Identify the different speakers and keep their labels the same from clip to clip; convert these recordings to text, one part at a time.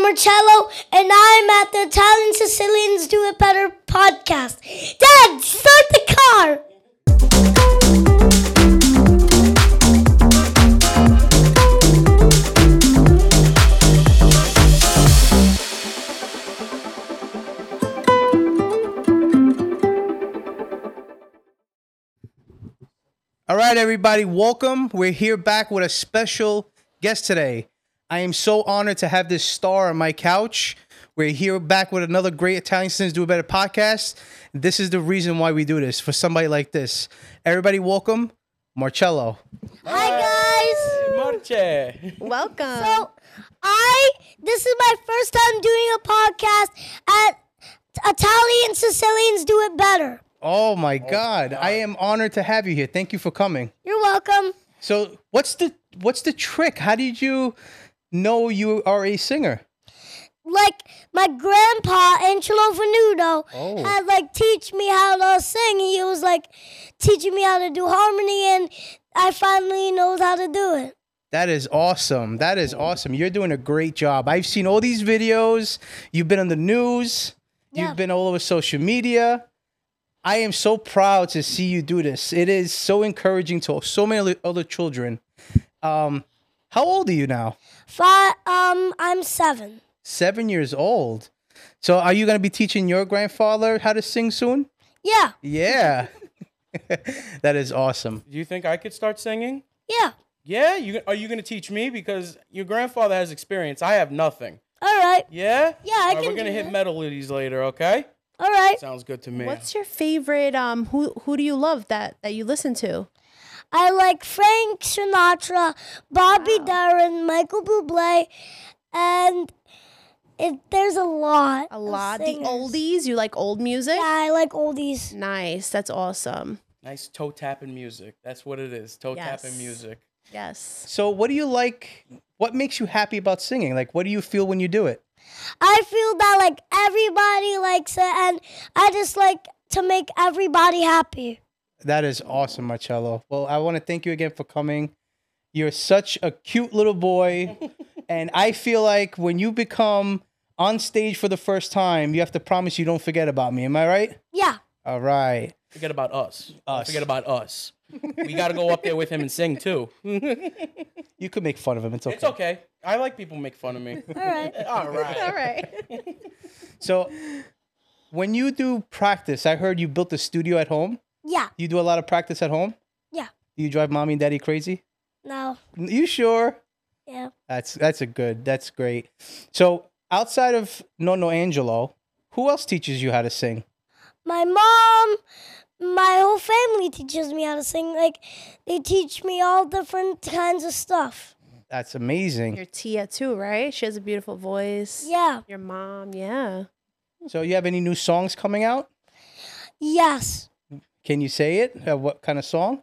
Speaker 1: Marcello, and I'm at the Italian Sicilians Do It Better podcast. Dad, start the car!
Speaker 2: All right, everybody, welcome. We're here back with a special guest today. I am so honored to have this star on my couch. We're here back with another great Italian Sins Do a Better podcast. This is the reason why we do this for somebody like this. Everybody, welcome, Marcello.
Speaker 1: Hi, guys!
Speaker 3: Marche.
Speaker 4: Welcome.
Speaker 1: So, I, this is my first time doing a podcast at Italian Sicilians Do It Better.
Speaker 2: Oh my God, I am honored to have you here. Thank you for coming.
Speaker 1: You're welcome.
Speaker 2: So, what's the what's the trick? How did you know you are a singer?
Speaker 1: like my grandpa Angelo Venuto
Speaker 2: Oh.
Speaker 1: had like teach me how to sing. He was like teaching me how to do harmony, and I finally knows how to do it.
Speaker 2: That is awesome. That is awesome. You're doing a great job. I've seen all these videos. You've been on the news.
Speaker 1: Yeah.
Speaker 2: You've been all over social media. I am so proud to see you do this. It is so encouraging to so many other- other children. Um, how old are you now?
Speaker 1: Five, um, I'm seven.
Speaker 2: Seven years old. So, are you going to be teaching your grandfather how to sing soon?
Speaker 1: Yeah,
Speaker 2: Yeah. that is awesome.
Speaker 3: Do you think I could start singing?
Speaker 1: yeah.
Speaker 3: Yeah. You are you gonna teach me because your grandfather has experience. I have nothing.
Speaker 1: All right,
Speaker 3: Yeah.
Speaker 1: Yeah, I
Speaker 3: All right,
Speaker 1: can
Speaker 3: We're gonna
Speaker 1: do
Speaker 3: hit
Speaker 1: that.
Speaker 3: melodies later. Okay.
Speaker 1: all right.
Speaker 3: Sounds good to me.
Speaker 4: What's your favorite? Um, who who do you love that that you listen to?
Speaker 1: I like Frank Sinatra, Bobby Darin, Michael Bublé, and it, there's a lot.
Speaker 4: A
Speaker 1: of
Speaker 4: lot. The
Speaker 1: singers.
Speaker 4: oldies. You like old music?
Speaker 1: Yeah, I like oldies.
Speaker 4: Nice. That's awesome.
Speaker 3: nice toe tapping music? That's what it is. Toe tapping
Speaker 4: Yes.
Speaker 3: music.
Speaker 4: Yes.
Speaker 2: So, what do you like? What makes you happy about singing? Like, what do you feel when you do it?
Speaker 1: I feel that like everybody likes it, and I just like to make everybody happy.
Speaker 2: That is awesome, Marcello. Well, I want to thank you again for coming. You're such a cute little boy. and I feel like when you become on stage for the first time, you have to promise you don't forget about me. Am I right?
Speaker 1: Yeah.
Speaker 2: All right.
Speaker 3: Forget about us. Don't
Speaker 2: Us.
Speaker 3: Forget about us. we gotta go up there with him and sing too.
Speaker 2: You could make fun of him. It's okay.
Speaker 3: It's okay. I like people make fun of me.
Speaker 1: All right.
Speaker 3: All right.
Speaker 4: All right.
Speaker 2: So, when you do practice, I heard you built a studio at home.
Speaker 1: Yeah.
Speaker 2: You do a lot of practice at home?
Speaker 1: Yeah.
Speaker 2: Do you drive mommy and daddy crazy?
Speaker 1: No.
Speaker 2: You sure?
Speaker 1: Yeah.
Speaker 2: That's that's a good. That's great. So, outside of Nonno Angelo, who else teaches you how to sing?
Speaker 1: My mom, my whole family teaches me how to sing. Like, they teach me all different kinds of stuff.
Speaker 2: That's amazing.
Speaker 4: Your Tia too, right? She has a beautiful voice.
Speaker 1: Yeah.
Speaker 4: Your mom. Yeah.
Speaker 2: So, you have any new songs coming out?
Speaker 1: Yes.
Speaker 2: Can you say it? Uh, what kind of song?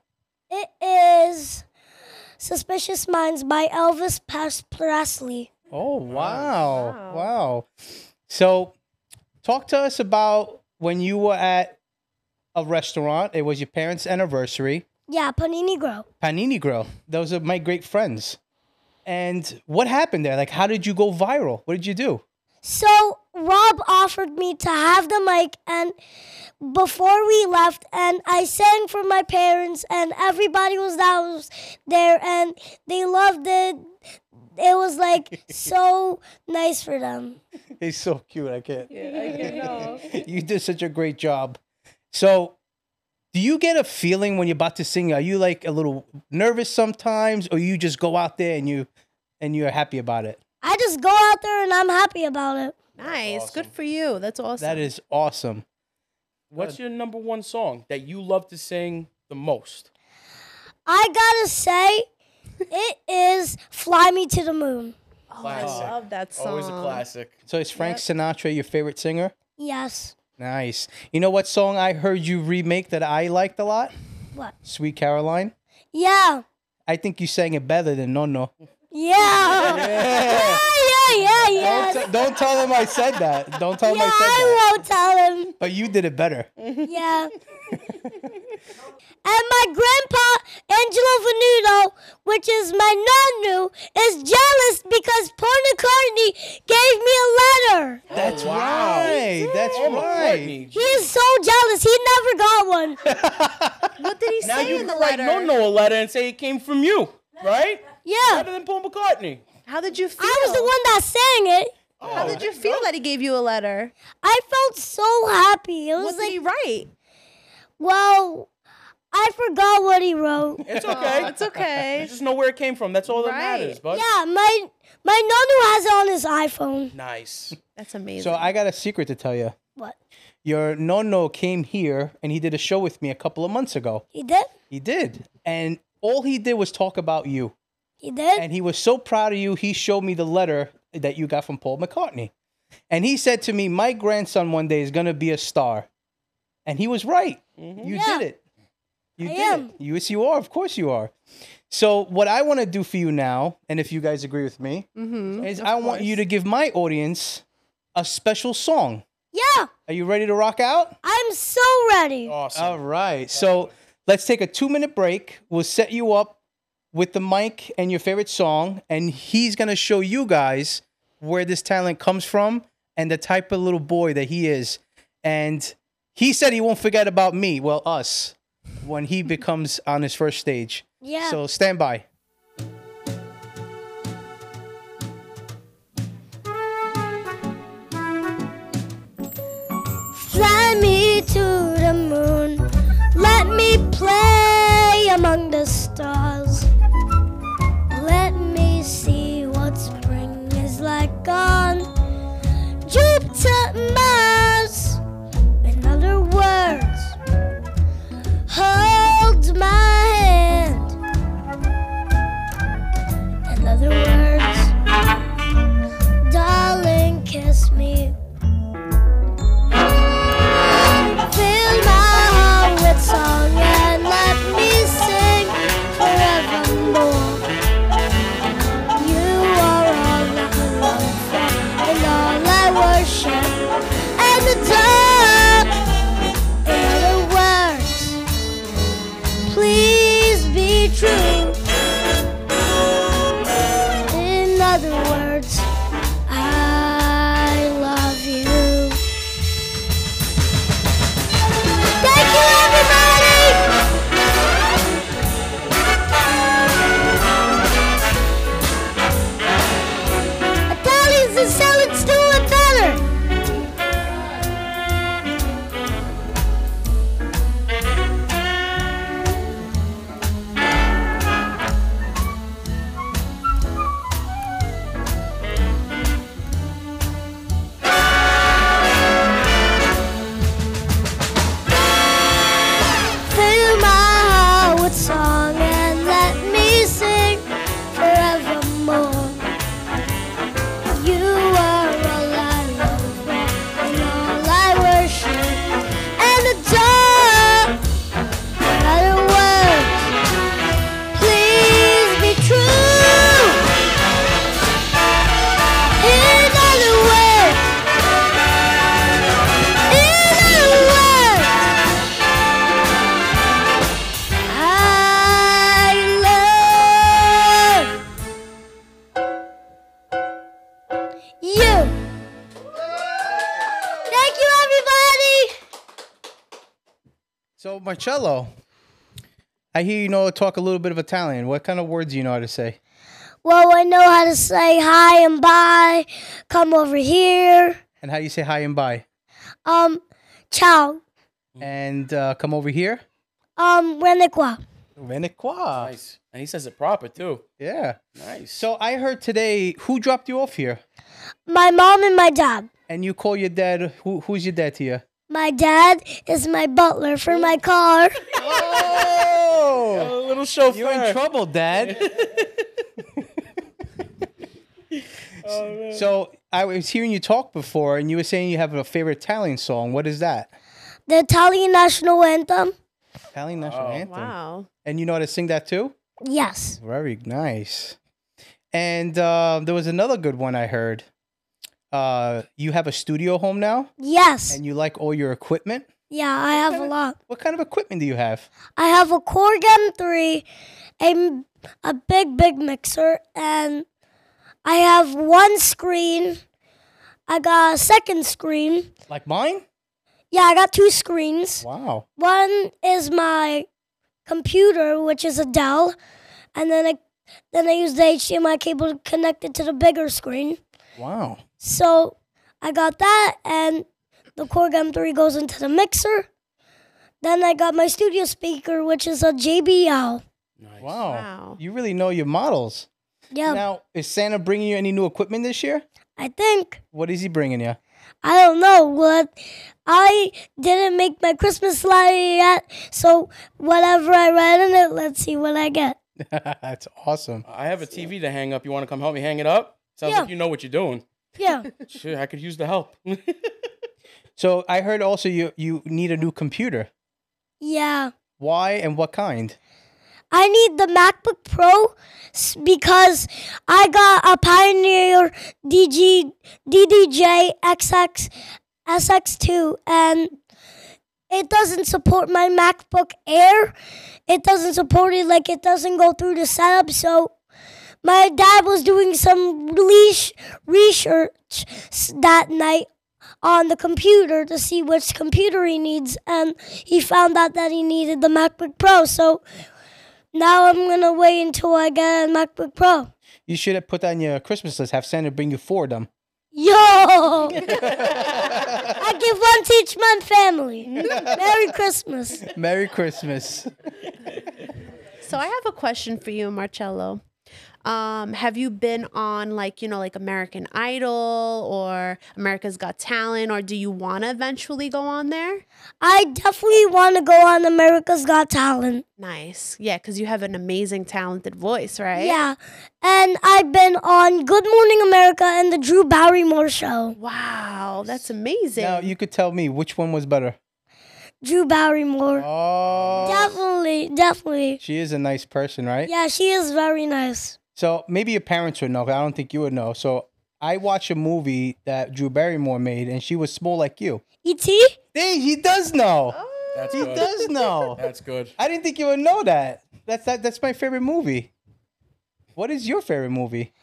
Speaker 1: It is Suspicious Minds by Elvis Pres- Presley.
Speaker 2: Oh, wow. Wow.
Speaker 4: Wow.
Speaker 2: So, talk to us about when you were at a restaurant. It was your parents' anniversary,
Speaker 1: Yeah, Panini Grow.
Speaker 2: Panini Grill. Those are my great friends. And what happened there? Like, how did you go viral? What did you do?
Speaker 1: So Rob offered me to have the mic and before we left and I sang for my parents and everybody was that was there and they loved it. It was like so nice for them.
Speaker 2: He's so cute. I can't. you did such a great job. So, do you get a feeling when you're about to sing? Are you like a little nervous sometimes, or you just go out there and you and you're happy about it?
Speaker 1: I just go out there and I'm happy about it.
Speaker 4: Nice. Good
Speaker 3: awesome.
Speaker 4: for you. That's awesome.
Speaker 2: That is awesome.
Speaker 3: What's your number one song that you love to sing the most?
Speaker 1: I gotta say, it is Fly Me to the Moon.
Speaker 4: Oh, I
Speaker 3: Classic.
Speaker 4: love that song.
Speaker 3: Always a classic.
Speaker 2: So, is Frank Sinatra your favorite singer?
Speaker 1: Yes.
Speaker 2: Nice. You know what song I heard you remake that I liked a lot?
Speaker 1: What?
Speaker 2: Sweet Caroline.
Speaker 1: Yeah.
Speaker 2: I think you sang it better than Nono.
Speaker 1: Yeah.
Speaker 2: Yeah.
Speaker 1: Yeah, yeah, yeah.
Speaker 2: Don't, t- don't tell him I said that. Don't tell him
Speaker 1: Yeah,
Speaker 2: I said
Speaker 1: I
Speaker 2: that.
Speaker 1: won't tell him.
Speaker 2: But you did it better.
Speaker 1: Yeah. And my grandpa, Angelo Venuto, which is my nonnu, is jealous because Paul McCartney gave me a letter.
Speaker 2: That's right. That's
Speaker 3: Oh,
Speaker 2: right.
Speaker 3: McCartney.
Speaker 1: He is so jealous. He never got one.
Speaker 4: What did he
Speaker 3: Now
Speaker 4: say
Speaker 3: you can
Speaker 4: in the
Speaker 3: write no
Speaker 4: letter?
Speaker 3: no a letter and say it came from you, right? Better
Speaker 1: Yeah.
Speaker 3: than Paul McCartney.
Speaker 4: How did you feel?
Speaker 1: I was the one that sang it.
Speaker 4: How did you feel that he gave you a letter?
Speaker 1: I felt so happy. It was
Speaker 4: What did
Speaker 1: like,
Speaker 4: he write?
Speaker 1: well, I forgot what he wrote.
Speaker 3: It's okay.
Speaker 4: It's okay.
Speaker 3: You just know where it came from. That's all that
Speaker 4: Right.
Speaker 3: matters, bud.
Speaker 1: Yeah, my my nonno has it on his iPhone.
Speaker 3: Nice.
Speaker 4: That's amazing.
Speaker 2: So I got a secret to tell you.
Speaker 1: What?
Speaker 2: Your nonno came here and he did a show with me a couple of months ago.
Speaker 1: He did?
Speaker 2: He did. And all he did was talk about you.
Speaker 1: He did?
Speaker 2: And he was so proud of you, he showed me the letter that you got from Paul McCartney. And he said to me, My grandson one day is going to be a star. And he was right. You
Speaker 1: Yeah.
Speaker 2: did it. You
Speaker 1: I
Speaker 2: did
Speaker 1: am.
Speaker 2: it. You, yes, you are. Of course you are. So, what I want to do for you now, and if you guys agree with me,
Speaker 4: Mm-hmm.
Speaker 2: is I want you to give my audience a special song.
Speaker 1: yeah,
Speaker 2: Are you ready to rock out?
Speaker 1: I'm so ready.
Speaker 4: Oh,
Speaker 3: Awesome.
Speaker 2: All right. So let's take a two minute break. We'll set you up with the mic and your favorite song, and he's going to show you guys where this talent comes from and the type of little boy that he is. And he said he won't forget about me, well, us, when he becomes on his first stage.
Speaker 1: Yeah.
Speaker 2: So stand by.
Speaker 1: Fly me to the moon. Let me play among the stars. Let me see what spring is like on Jupiter, Mars. In other words, hold my hand. In other words, darling, kiss me Fill my heart with song and let me sing forevermore. You are all I long for and all I worship and adore. In other words, please be true. In other words, I love you. Thank you, everybody! Italians and salads doing better! Fill my heart with song and let me sing forevermore. You are all I love and all I worship and adore. In other words, please be true. In other words, in other words. I love you. Thank you, everybody.
Speaker 2: So, Marcello, I hear you know talk a little bit of Italian. What kind of words do you know how to say?
Speaker 1: Well, I know how to say hi and bye. Come over here.
Speaker 2: And how do you say hi and bye?
Speaker 1: Um, ciao.
Speaker 2: And uh, come over here.
Speaker 1: Um, Rennequa.
Speaker 2: Venequa.
Speaker 3: Nice. And he says it proper too.
Speaker 2: Yeah.
Speaker 3: Nice.
Speaker 2: So I heard today who dropped you off here,
Speaker 1: My mom and my dad.
Speaker 2: and you call your dad. Who, who's your dad to you?
Speaker 1: My dad is my butler for my car.
Speaker 3: a
Speaker 2: Oh,
Speaker 3: little chauffeur.
Speaker 2: you're in trouble, Dad. Oh, so I was hearing you talk before, and you were saying you have a favorite Italian song. What is that?
Speaker 1: The Italian national anthem.
Speaker 2: Italian national
Speaker 3: Oh.
Speaker 2: anthem.
Speaker 4: wow.
Speaker 2: And you know how to sing that too?
Speaker 1: Yes.
Speaker 2: Very nice. And uh, there was another good one I heard. Uh, you have a studio home now,
Speaker 1: Yes.
Speaker 2: and you like all your equipment.
Speaker 1: Yeah, I have a lot.
Speaker 2: What kind of equipment do you have?
Speaker 1: I have a Korg M3, a, m- a big, big mixer, and I have one screen. I got a second screen.
Speaker 2: Like mine?
Speaker 1: Yeah, I got two screens.
Speaker 2: Wow.
Speaker 1: One is my computer, which is a Dell, and then I then I use the HDMI cable connected to the bigger screen.
Speaker 2: Wow.
Speaker 1: So I got that, and the Korg M3 goes into the mixer. Then I got my studio speaker, which is a JBL.
Speaker 3: Nice.
Speaker 2: Wow.
Speaker 4: Wow.
Speaker 2: You really know your models.
Speaker 1: Yeah,
Speaker 2: Now, is Santa bringing you any new equipment this year?
Speaker 1: I think
Speaker 2: What is he bringing you?
Speaker 1: I don't know what. I didn't make my Christmas lighting yet, so whatever I write in it, let's see what I get.
Speaker 2: That's awesome.
Speaker 3: I have a TV to hang up. You want to come help me hang it up? Sounds
Speaker 1: Yeah.
Speaker 3: like you know what you're doing.
Speaker 1: Yeah,
Speaker 3: Shit, I could use the help.
Speaker 2: So I heard also you you need a new computer.
Speaker 1: yeah.
Speaker 2: Why and what kind?
Speaker 1: I need the MacBook Pro s- because I got a Pioneer DG DDJ XX SX2 and it doesn't support my MacBook Air. It doesn't support it like it doesn't go through the setup. So my dad was doing some leash research s- that night on the computer to see which computer he needs and he found out that he needed the MacBook Pro. So now I'm gonna wait until I get a MacBook Pro.
Speaker 2: You should have put that on your Christmas list. Have Santa bring you four of them.
Speaker 1: Yo! I give one to each my family. Merry Christmas.
Speaker 2: Merry Christmas.
Speaker 4: So I have a question for you, Marcello. Um, have you been on like you know like American Idol or America's Got Talent, or do you want to eventually go on there?
Speaker 1: I definitely want to go on America's Got Talent.
Speaker 4: Nice, yeah, because you have an amazing, talented voice, right?
Speaker 1: Yeah, and I've been on Good Morning America and the Drew Barrymore show.
Speaker 4: Wow, that's amazing.
Speaker 2: now you could tell me which one was better.
Speaker 1: Drew Barrymore.
Speaker 2: Oh,
Speaker 1: Definitely, definitely.
Speaker 2: she is a nice person, right?
Speaker 1: Yeah, she is very nice.
Speaker 2: So maybe your parents would know. 'cause I don't think you would know. So I watched a movie that Drew Barrymore made, and she was small like you.
Speaker 1: E.T.?
Speaker 2: Hey, he does know.
Speaker 3: That's
Speaker 2: he
Speaker 3: good.
Speaker 2: does know.
Speaker 3: That's good.
Speaker 2: I didn't think you would know that. That's that, that's my favorite movie. What is your favorite movie?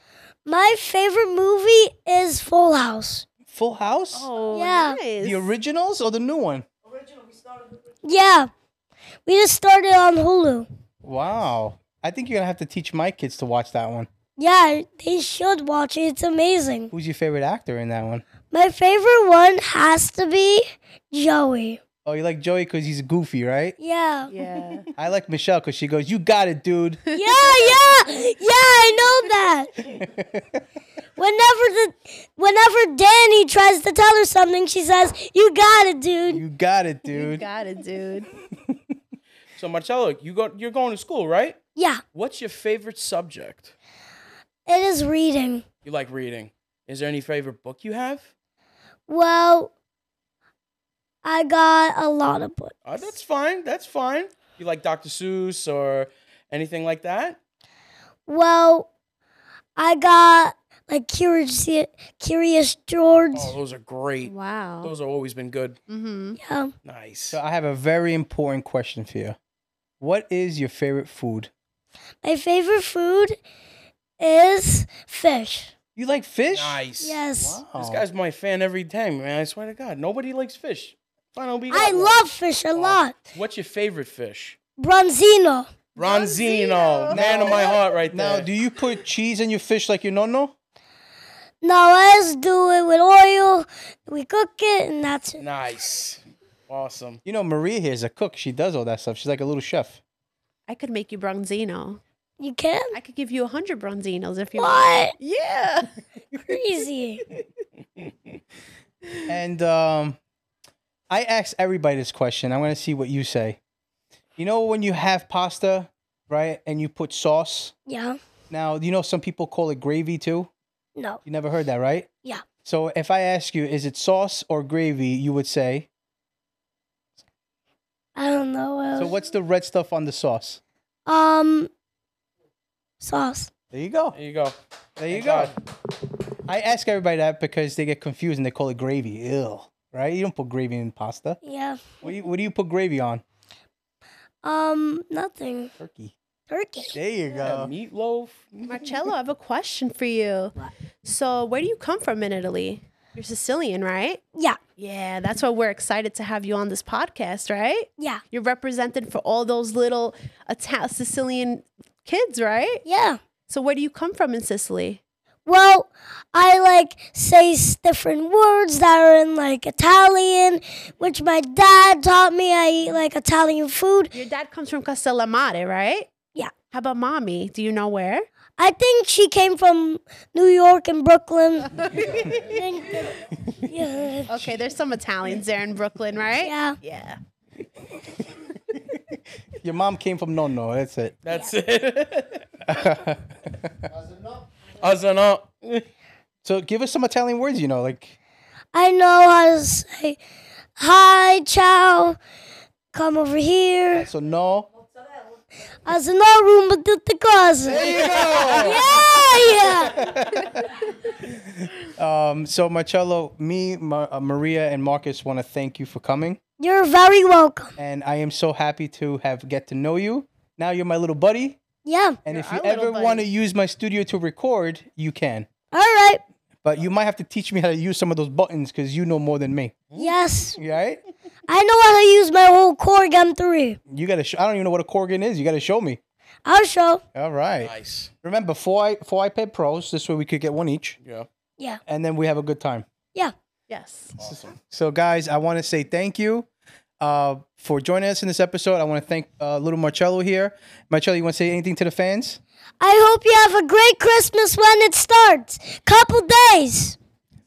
Speaker 1: My favorite movie is Full House.
Speaker 2: Full House?
Speaker 4: oh,
Speaker 1: Yeah.
Speaker 4: nice.
Speaker 2: The originals or the new one?
Speaker 1: Yeah, we just started on Hulu.
Speaker 2: Wow. I think you're going to have to teach my kids to watch that one.
Speaker 1: Yeah, they should watch it. It's amazing.
Speaker 2: Who's your favorite actor in that one?
Speaker 1: My favorite one has to be Joey.
Speaker 2: Oh, you like Joey because he's goofy, right?
Speaker 1: Yeah. Yeah,
Speaker 4: yeah.
Speaker 2: I like Michelle because she goes, You got it, dude.
Speaker 1: yeah, yeah, I know that. Whenever the whenever Danny tries to tell her something, she says, You got it, dude.
Speaker 2: you got it,
Speaker 4: You
Speaker 2: dude.
Speaker 4: got it, dude.
Speaker 3: So Marcello, you go you're going to school, right?
Speaker 1: Yeah.
Speaker 3: What's your favorite subject?
Speaker 1: It is reading.
Speaker 3: You like reading. Is there any favorite book you have?
Speaker 1: Well, I got a lot of books.
Speaker 3: Uh, that's fine. That's fine. You like Dr. Seuss or anything like that?
Speaker 1: Well, I got like Curious Curious George.
Speaker 3: Oh, those are great.
Speaker 4: Wow.
Speaker 3: Those have always been good.
Speaker 4: Mm-hmm.
Speaker 1: Yeah.
Speaker 3: Nice.
Speaker 2: so I have a very important question for you. What is your favorite food?
Speaker 1: My favorite food is fish.
Speaker 2: You like fish?
Speaker 3: Nice. Oh.
Speaker 1: Yes.
Speaker 2: Wow.
Speaker 3: This guy's my fan every time, man. I swear to God. Nobody likes fish. Final B.
Speaker 1: I love fish a lot.
Speaker 3: What's your favorite fish?
Speaker 1: Bronzino.
Speaker 3: Bronzino. Man of my heart right there.
Speaker 2: Now, do you put cheese in your fish like your nonno?
Speaker 1: Now let's do it with oil. We cook it and that's it.
Speaker 3: Nice. Awesome.
Speaker 2: You know, Maria here is a cook. She does all that stuff. She's like a little chef.
Speaker 4: I could make you bronzino.
Speaker 1: You can?
Speaker 4: I could give you a hundred bronzinos if you want.
Speaker 1: What?
Speaker 4: Yeah.
Speaker 1: Crazy.
Speaker 2: And um, I asked everybody this question. I want to see what you say. You know, when you have pasta, right, and you put sauce.
Speaker 1: Yeah.
Speaker 2: Now, you know, some people call it gravy too.
Speaker 1: No.
Speaker 2: You never heard that, right?
Speaker 1: Yeah.
Speaker 2: So if I ask you, is it sauce or gravy, you would say.
Speaker 1: I don't know. What
Speaker 2: So
Speaker 1: else.
Speaker 2: what's the red stuff on the sauce?
Speaker 1: Um. Sauce.
Speaker 2: There you go.
Speaker 3: There you go.
Speaker 2: There you
Speaker 3: Thank
Speaker 2: go. I ask everybody that because they get confused and they call it gravy. Ew. right? You don't put gravy in pasta.
Speaker 1: Yeah.
Speaker 2: What do you, what do you put gravy on?
Speaker 1: Um, nothing.
Speaker 2: Turkey.
Speaker 1: Turkey.
Speaker 2: There you
Speaker 3: Yeah,
Speaker 2: go.
Speaker 3: meatloaf.
Speaker 4: Marcello, I have a question for you.
Speaker 1: What?
Speaker 4: So, where do you come from in Italy? You're Sicilian, right?
Speaker 1: Yeah.
Speaker 4: Yeah, that's why we're excited to have you on this podcast, right?
Speaker 1: Yeah.
Speaker 4: You're represented for all those little Ita- Sicilian kids, right?
Speaker 1: Yeah.
Speaker 4: So, where do you come from in Sicily?
Speaker 1: Well, I like say s- different words that are in like Italian, which my dad taught me. I eat like Italian food.
Speaker 4: Your dad comes from Castellamare, right?
Speaker 1: Yeah.
Speaker 4: How about mommy? Do you know where?
Speaker 1: I think she came from New York and Brooklyn. yeah.
Speaker 4: Okay, there's some Italians there in Brooklyn, right?
Speaker 1: Yeah.
Speaker 4: Yeah.
Speaker 2: Your mom came from no no. That's it.
Speaker 3: That's it. Azana.
Speaker 2: So give us some Italian words. You know, like
Speaker 1: I know how to say hi, ciao, come over here.
Speaker 2: so no.
Speaker 1: As in our room, but did the cause.
Speaker 2: There you go.
Speaker 1: Yeah, yeah.
Speaker 2: Um, so Marcello, me, Ma- uh, Maria, and Marcus want to thank you for coming,
Speaker 1: You're very welcome.
Speaker 2: and I am so happy to have get to know you. Now you're my little buddy,
Speaker 1: Yeah.
Speaker 2: and
Speaker 4: You're
Speaker 2: if you
Speaker 4: our little
Speaker 2: ever
Speaker 4: buddy.
Speaker 2: want to use my studio to record, you can.
Speaker 1: All right.
Speaker 2: But you might have to teach me how to use some of those buttons because you know more than me.
Speaker 1: Yes.
Speaker 2: You all right?
Speaker 1: I know how to use my whole Korg M3.
Speaker 2: You gotta. Sh- I don't even know what a Corgan is. You gotta show me.
Speaker 1: I'll show.
Speaker 2: All right.
Speaker 3: Nice.
Speaker 2: Remember four i four iPad Pros. This way we could get one each,
Speaker 3: Yeah.
Speaker 1: Yeah.
Speaker 2: and then we have a good time.
Speaker 1: Yeah.
Speaker 4: Yes.
Speaker 2: So, guys, I want to say thank you uh, for joining us in this episode. I want to thank uh, little Marcello here. Marcello, you want to say anything to the fans?
Speaker 1: I hope you have a great Christmas when it starts. Couple days.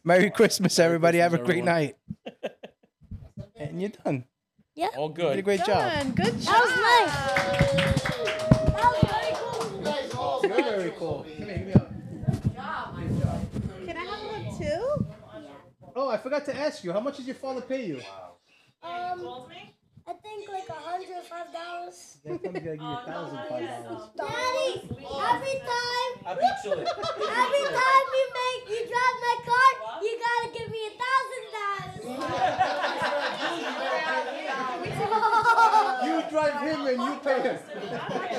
Speaker 2: Merry Christmas, everybody. Have a
Speaker 3: Christmas,
Speaker 2: great
Speaker 3: everyone.
Speaker 2: night. and you're done.
Speaker 3: All
Speaker 2: You did a
Speaker 3: good.
Speaker 2: great job.
Speaker 4: Done. Good job. Can I have one too?
Speaker 2: Oh, I forgot to ask you. How much does your father pay you?
Speaker 1: Um, I think like $105. Daddy, every time, every time you make, you drive my car, you gotta give me $1,000.
Speaker 2: You drive him and you pay him.